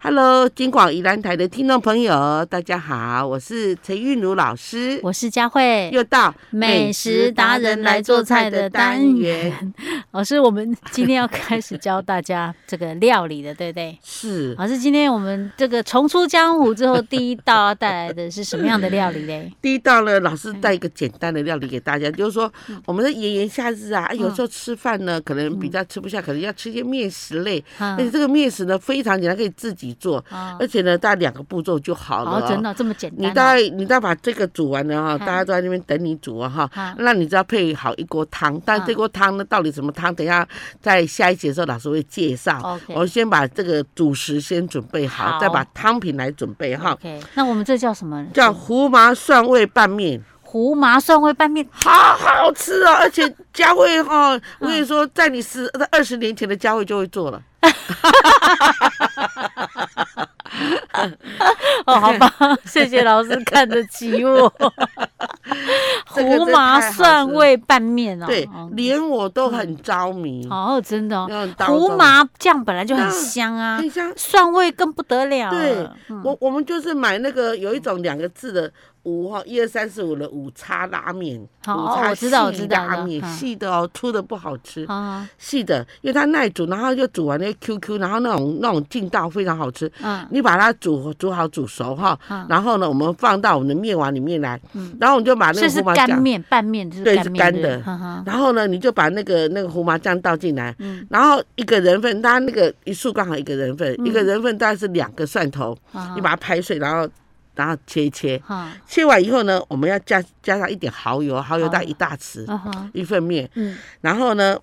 Hello，金广宜兰台的听众朋友，大家好，我是陈韵如老师，我是佳慧。又到美食达人来做菜的单元。 老师，我们今天要开始教大家这个料理的，对不对？是老师，今天我们这个重出江湖之后，第一道要带来的是什么样的料理嘞？第一道呢，老师带一个简单的料理给大家，就是说嗯我们的炎炎夏日啊，啊有时候吃饭呢，可能比较吃不下，可能要吃一些面食类， 啊而且这个面食呢非常简单，可以自己做，啊，而且呢，大概两个步骤就好了哦，哦。真的这么简你单大哦？概嗯你大概把这个煮完了哈，大嗨家都在那边等你煮啊哈。啊那你只要配好一锅汤，但啊这锅汤呢，到底什么汤？等一下在下一节的时候老师会介绍。我 OK 先把这个主食先准备好，好嗯再把汤品来准备哈。 OK，那我们这叫什么？叫胡麻蒜味拌面，胡麻蒜味拌面。好好吃哦！ 而且佳慧哈、嗯哦，我跟你说，在你十在二十年前的佳慧就会做了。哦，好吧， 谢谢老师看得起我。 这个真胡麻太好吃蒜味拌面哦，对，哦嗯连我都很着迷。哦，真的哦，嗯胡麻酱本来就很香啊很，香。蒜味更不得了啊了。嗯嗯对我我们就是买那个有一种两个字的五哈，一二三四五的五叉拉面，五好哦叉我知道我细知道拉面，嗯细的哦，粗的不好吃，啊，细的，因为它耐煮，然后就煮完那个 QQ，然后那种那种劲道非常好吃。嗯你把它煮煮好煮熟哈，嗯然后呢，我们放到我们的面碗里面来，然后我们就把那这个是胡麻干酱，面拌面，这对是是干面干的对不对哈哈然后呢，你就把那个那个胡麻酱倒进来，嗯然后一个人份，它那个一束刚好一个人份，一个人份大概是两个蒜头，哈哈你把它拍碎，然后然后切一切，哈切完以后呢，我们要加加上一点蚝油，蚝油好大概一大匙，啊哈，一份面，嗯然后呢，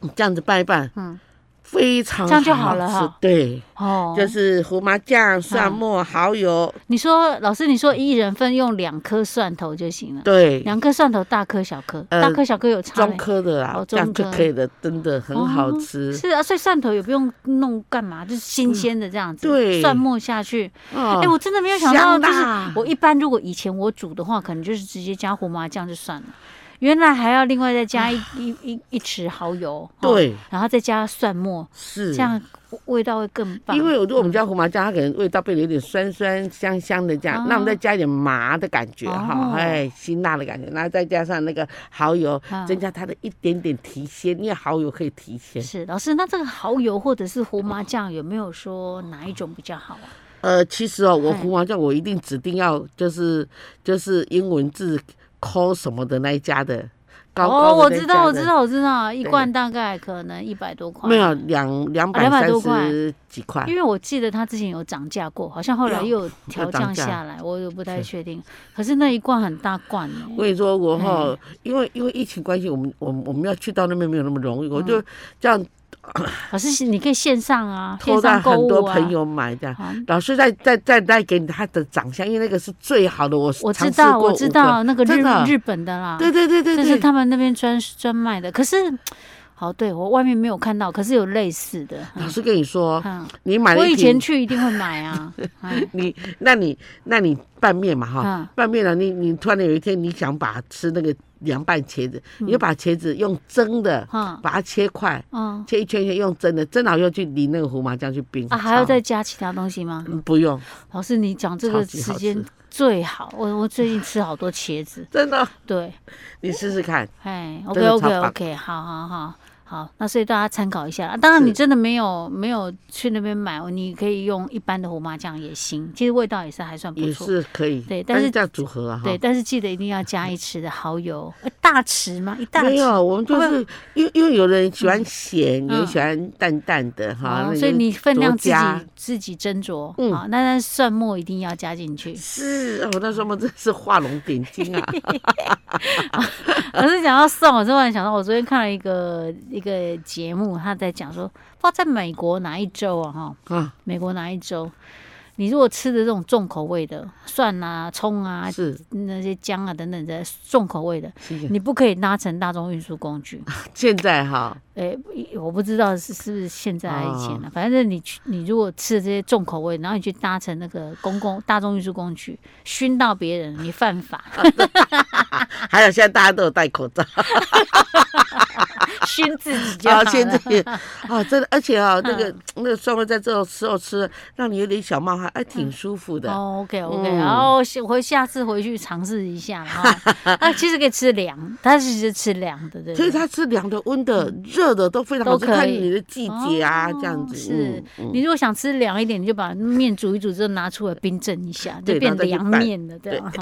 你这样子拌一拌，嗯，非常这样就好好了吃哈对，哦，嗯就是胡麻酱、蒜末、蚝油，你说老师，你说一人份用两颗蒜头就行了，对，两颗蒜头，大颗小颗，呃大颗小颗有差中嘞。科的啦哦，这样中就科可以了，真的很好哦吃。是啊，所以蒜头也不用弄干嘛，就是新鲜的这样嗯子，对蒜末下去。哎哎、我真的没有想到，香就是辣我一般如果以前我煮的话，可能就是直接加胡麻酱就算了，原来还要另外再加一一一一匙蚝油，哦，对然后再加蒜末，是这样味道会更棒。因为如果我们加胡麻酱，它可能味道变得有点酸酸香香的这样，哦那我们再加一点麻的感觉哈哦，哎，辛辣的感觉，然后再加上那个蚝油啊，增加它的一点点提鲜，因为蚝油可以提鲜。是老师，那这个蚝油或者是胡麻酱有没有说哪一种比较好啊？呃，其实哦，我哎胡麻酱我一定指定要就是就是英文字 call 什么的那一家的，高哦，高我的那一知家道，我的知。道，我知道，一对罐大概可能一百多块，没有两两百200三啊多块十几块因，为我记得它之前有涨价过，好像后来又有调涨降价下来，我也不太确定。可是那一罐很大罐欸呢、我跟你说，我哈，因为因为疫情关系，我们我们我们要去到那边没有那么容易，我嗯就这样老师，你可以线上啊，托线在上购很物多啊。朋友买这样。啊老师再再再再给你他的长相，因为那个是最好的，我我尝知试道，过我五知个道那个真日的啊日本的啦，对对对对这对，是他们那边专专卖的。可是，好，对我外面没有看到，可是有类似的。老师跟你说，嗯，你买我了一以前瓶，去一定会买啊。 嗯你那你那你拌面嘛哈，嗯拌面了，啊你你突然有一天你想把吃那个凉拌茄子，你就把茄子用蒸的，嗯把它切块，嗯切一圈一圈用蒸的，蒸好以后去淋那个胡麻酱去冰。啊，还要超再加其他东西吗？嗯不用，老师，你讲这个超级好时间吃最好。我我最近吃好多茄子，真的，对。你试试看。哎真，OK 的 OK 超棒 OK，好好好好，那所以大家参考一下啦。当然，你是真的没有没有去那边买，你可以用一般的胡麻酱也行，其实味道也是还算不也错。是可以，对但但是是这样组合啊，哈对，，但是记得一定要加一匙的蚝油，呃大匙吗？一大没匙。有，我们就会不是因为因为有的人喜欢咸，嗯有人喜欢淡淡的哈，哦，那所以就你分量自酌加己自己斟酌。嗯。好，那那蒜末一定要加进去 是哦，那时候我真是画龙点睛啊，老师讲到蒜，我突然想到，我昨天看了一个一个节目，他在讲说，不知道在美国哪一州啊，哈，啊，美国哪一州，你如果吃的这种重口味的蒜啊、葱啊、是那些姜啊等等的重口味的，是这样你不可以搭乘大众运输工具。现在哈，诶、我不知道是是不是现在还是以前了、反正你去你如果吃的这些重口味，然后你去搭乘那个公共大众运输工具，熏到别人，你犯法。 还有现在大家都有戴口罩，熏自己就好啊，了。嗯现在也啊，真的，而且啊，那个那个蒜味在这种时候吃，让你有点小冒汗，哎，挺舒服的。哦，OK OK，嗯然后我回下次回去尝试一下哈。那其实可以吃凉，它其实吃凉的，对不所以对？它吃凉的、温的、热的都非常好吃，嗯都可以看你的季节啊，哦这样子。是嗯，你如果想吃凉一点，你就把面煮一煮之后拿出来冰镇一下，就对变然后再去凉拌面了，对吧？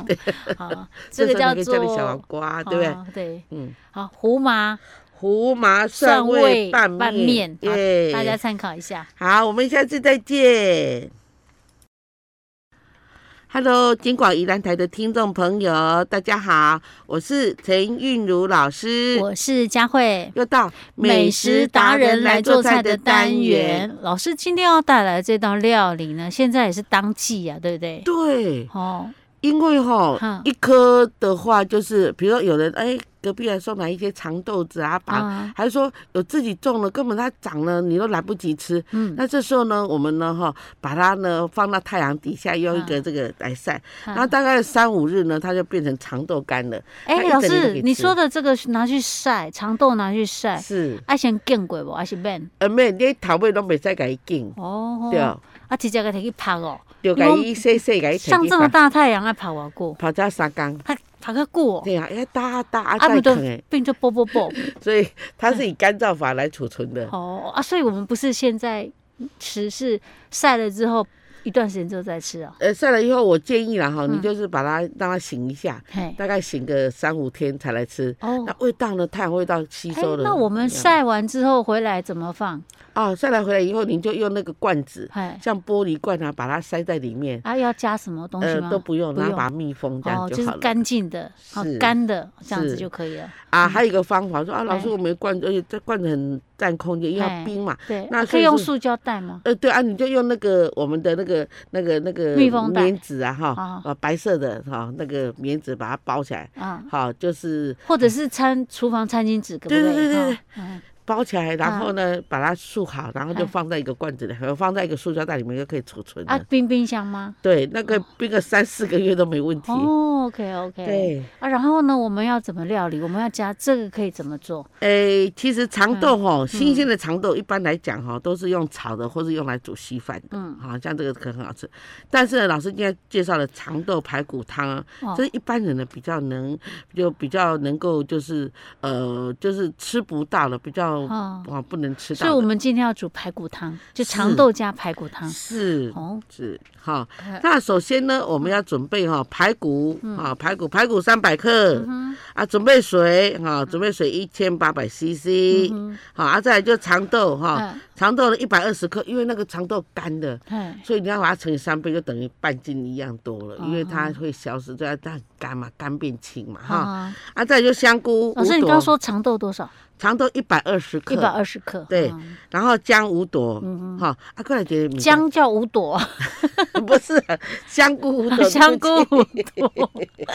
啊 好，这这个时候叫你可以加点小黄做瓜，对不对？啊对，嗯，好，胡麻胡麻蒜味拌拌面，好耶！大家参考一下。好，我们下次再见。Hello，金广宜兰台的听众朋友，大家好，我是陈韵如老师，我是佳慧，又到美食达人来做菜的单元。。老师今天要带来的这道料理呢，现在也是当季呀、对不对？对，哦，因为哈哈，一颗的话就是，比如说有人哎，隔壁来送来一些长豆子啊，把、啊，还是说有自己种了，根本它长了你都来不及吃。嗯，那这时候呢，我们呢哈，把它呢放到太阳底下，用一个啊这个来晒，然后啊大概三五日呢，它就变成长豆干了。哎、它一老整年都可师，以你吃说的这个是拿去晒，长豆拿去晒，是，爱先见过不？还是变？呃，妹，你头尾都没再给它茎，哦，对，啊，啊，直接给它去晒哦。就给伊细细给伊像这么大太阳，爱晒多久？跑到三缸。它晒个久哦，对啊，要大大啊啊再不就啃哎，变就啵啵啵。 所以它是以干燥法来储存的。哦啊，所以我们不是现在吃，是晒了之后一段时间之后再吃啊。呃，晒了以后，我建议了哈，嗯你就是把它让它醒一下，嘿，大概醒个三五天才来吃。哦那，味道呢？太阳味道吸哎收了。那我们这样晒完之后回来怎么放？啊，晒来回来以后，你就用那个罐子，哎，像玻璃罐啊，把它塞在里面，啊，要加什么东西呃吗？，都不用，不然后用把它密封，这样哦，就就是好了。干净的，好是干的这样子是就可以了。啊，还有一个方法说啊，老师，哎我们罐子，而且这罐子很占空间，因为要哎冰嘛。对，那啊所可以以用是塑胶袋吗？呃，对啊，你就用那个我们的那个那个那个密封袋棉纸啊，哈啊，啊，白色的哈，那个棉纸把它包起来，啊，好，就是或者是餐厨房餐巾纸，可不可对对以？对对哦嗯包起来，然后呢，把它束好，然后就啊哎放在一个罐子里，还有放在一个塑胶袋里面就可以储存啊了。，冰冰箱吗？对，那个冰个三四个月都没问题。哦，OK OK。对，啊，然后呢，我们要怎么料理？我们要加这个可以怎么做？诶，其实长豆嗯哈，新鲜的长豆一般来讲哈，都是用炒的或是用来煮稀饭的。嗯，好像这个可很好吃，但是呢老师今天介绍了长豆排骨汤啊，哦这是一般人呢比较能，就比较能够就是呃就是吃不到了，比较哦啊不能吃所以我到的。们今天要煮排骨汤，就是长豆加排骨汤。是哦，是哈哎，那首先呢，我们要准备哈排骨嗯啊，排骨排骨三百克啊，准备水哈，准备水一千八百 CC 嗯好啊，再来就长豆哼，哈，嗯长豆呢一百二十克，因为那个长豆干的，哎，所以你要把它乘以三倍，就等于半斤一样多了，哦因为它会消失，对啊，它很干嘛，干变轻嘛，好哈。好。啊，再来就香菇，哦老师，五你朵刚说长豆多少？长豆一百二十一百克，二十克。对嗯，然后姜五朵，哈，啊，过来姐，你姜叫五朵， 不是 香菇五朵，香菇对不五朵。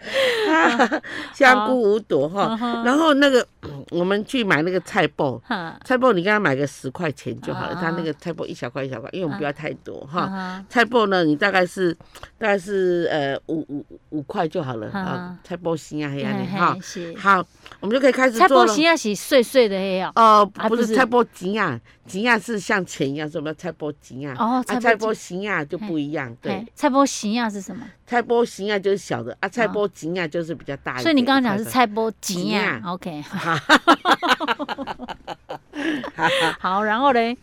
起，啊香菇五朵哈嗯。哼然后那个我们去买那个菜包，哈菜包你给他买个十块钱就好了，啊它那个菜包一小块一小块，因为我们不要太多哈。哈，菜脯呢，你大概是大概是呃五五五块就好了嗯啊，菜脯心啊黑啊嘿你嘿哈，是。好，我们就可以开始菜做脯了形。也是碎碎的黑哦。哦，啊不不是是菜脯吉啊，吉啊是像钱一样，所以我们叫菜脯吉啊。哦，啊，菜菜脯脯形形啊就不一样，对嘿，菜脯形啊是什么？菜脯形啊就是小的，啊，菜脯吉啊就是比较大一点。所以你刚刚讲是快菜脯形形啊啊 ，OK。快，哈哈好，然后嘞，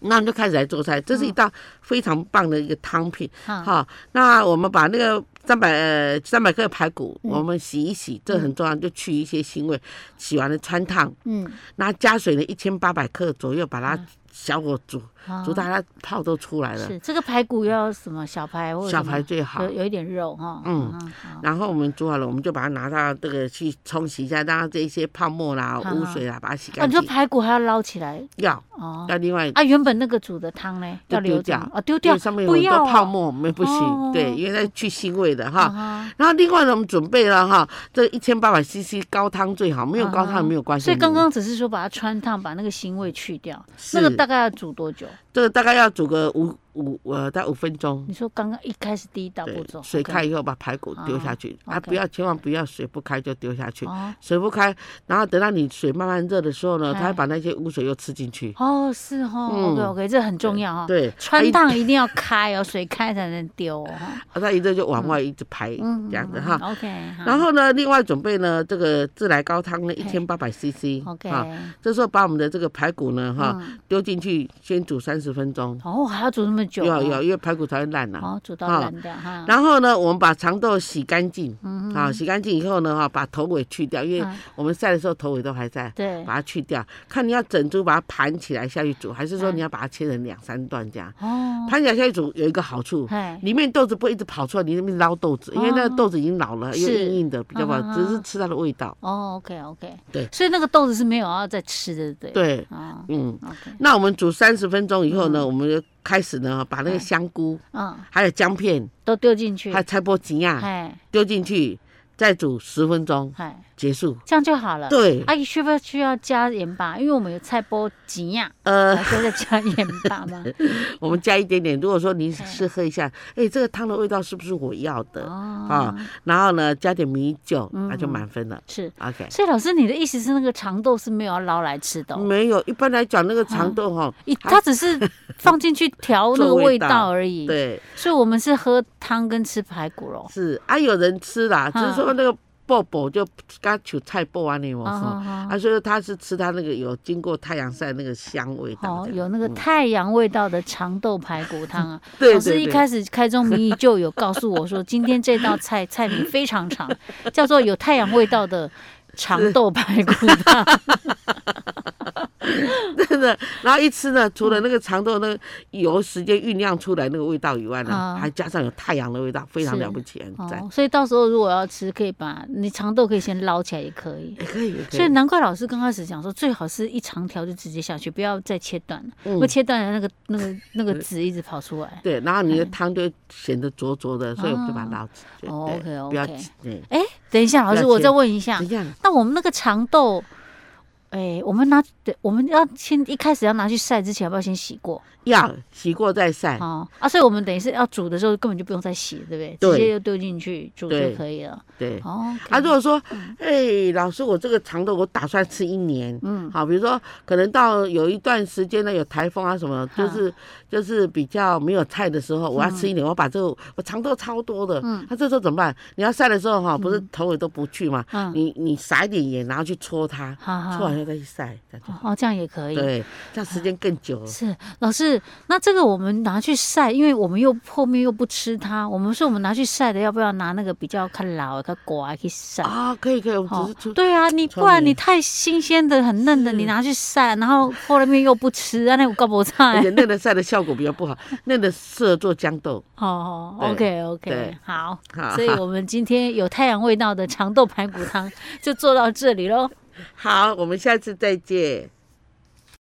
那我们就开始来做嗯菜，这是一道非常棒的一个汤品。哈，好，那我们把那个三百呃三百克的排骨，嗯我们洗一洗，这很重要，就去一些腥味。洗完了穿烫，嗯，那加水呢一千八百克左右，把它小火煮，好煮到它泡都出来了，嗯哦是这个排骨要什么小排或者小什么排最好有。有一点肉哈。嗯嗯，好然后我们煮好了，我们就把它拿到这个去冲洗一下，让它这些泡沫啦、好污水啦，把它洗啊，干你净说。排骨还要捞起来要哦。要另外啊，原本那个煮的汤嘞就要留丢着掉吗，哦，丢因掉为，上面有不很要多哦泡沫，我们不行。哦对，因为它去腥味的哈。啊然后另外呢，我们准备了哈，这一千八百 CC 高汤最好，没有高啊汤哈没有关系。所以刚没有刚只是说把它穿烫，把那个腥味去掉。是那个大概要煮多久？这个大概要煮个五五呃，大概五分钟。你说刚刚一开始第一道步骤，水 OK 开以后把排骨丢下去哦啊， OK 不要千万不要水不开就丢下去，哦水不开，然后等到你水慢慢热的时候呢，它哎会把那些污水又吃进去。哦是哦嗯，OK OK，这很重要哈。对，哦穿哎烫一定要开哦，水开才能丢哦。 哈啊它一热就往外一直排嗯，这样子哈。嗯，OK 好。然后呢，另外准备呢这个自来高汤呢一嘿千八百 CC OK，啊，这时候把我们的这个排骨呢哈嗯丢进去，先煮三十分钟，哦还要煮那么久哦，要要，因为排骨才会烂呐。哦煮到啊烂掉哈。然后呢，我们把肠豆洗干净，嗯啊，洗干净以后呢，哈，把头尾去掉，因为嗯我们晒的时候头尾都还在，对把它去掉。看你要整株把它盘起来下去煮，还是说嗯你要把它切成两三段这样？哦，盘起来下去煮有一个好处，哎里面豆子不会一直跑出来，你那边捞豆子，因为那个哦豆子已经老了，又是硬硬的，比较不好嗯嗯，嗯只是吃它的味道。哦 OK OK，对所以那个豆子是没有要再吃的，对不对？对，哦嗯。 OK，那我们煮三十分钟以后呢，我们就开始呢，把那个嗯香菇、嗯，还有姜片、都丢进去还，有菜波吉亚哎丢进去，再煮十分钟哎，结束。这样就好了。对，阿姨需不需要加盐巴？因为我们有菜包吉呀，呃，还需要再加盐巴吗？ 我们加一点点。如果说你试喝一下，哎、这个汤的味道是不是我要的？哦啊，然后呢，加点米酒，嗯那就满分了。是。 OK，所以老师，你的意思是那个长豆是没有要捞来吃的哦、嗯没有，一般来讲那个长豆哈，一嗯它它只 是放进去调那个做味味道道而已。，对，所以我们是喝汤跟吃排骨喽。是啊，有人吃啦，只哦嗯是说那个爆爆就刚韭菜爆啊，你我啊哈，哈啊，所以说他是吃它那个有经过太阳晒那个香味道哦，这样。有那个太阳味道的长豆排骨汤啊！嗯 对老师对一对开始开宗明义就有告诉我说，今天这道菜菜名非常 长，叫做有太阳味道的长豆排骨汤。真的，然后一吃呢，除了那个长豆那个由时间酝酿出来那个味道以外呢，啊还加上有太阳的味道，非常是了不起，很赞。哦，所以到时候如果要吃，可以把你长豆可以先捞起来也可以。哎也可以，也可所以难怪老师刚开始讲说，最好是一长条就直接下去，不要再切断了，嗯因为切断了那个那个那个籽一直跑出来。对，然后你的嗯汤就显得浊浊的，所以我们就把它捞起来。哦对 OK，OK 不要挤对，哎，等一下，老不师，要我切再问一下怎，样？那我们那个长豆，哎，我们拿对，我们要先一开始要拿去晒之前，要不要先洗过？要洗过再晒。哦啊，所以我们等于是要煮的时候根本就不用再洗，对不对？对直接就丢进去煮就对可以了。对。哦，OK，啊，如果说，哎，老师，我这个长豆我打算吃一年，嗯好，比如说可能到有一段时间呢，有台风啊什么，就是就是比较没有菜的时候，我要吃一年，我把这个我长豆超多的，嗯那这时候怎么办？你要晒的时候哈，不是头尾都不去嘛，嗯，啊你你撒一点盐，然后去搓它，好好搓完以后再去晒，这样就好哦，这样也可以。对，这样时间更久了。是老师，那这个我们拿去晒，因为我们又后面又不吃它，我们说我们拿去晒的，要不要拿那个比较看老、看瓜去晒？啊，可以可以，我们只哦是出对啊，你聪不然你明太新鲜的、很嫩的，你是拿去晒，然后后面又不吃，啊，那我搞不而菜。且嫩的晒的效果比较不好，嫩的适合做豇豆。哦对，OK OK，对好，好所以我们今天有太阳味道的长豆排骨汤就做到这里喽。好，我们下次再见。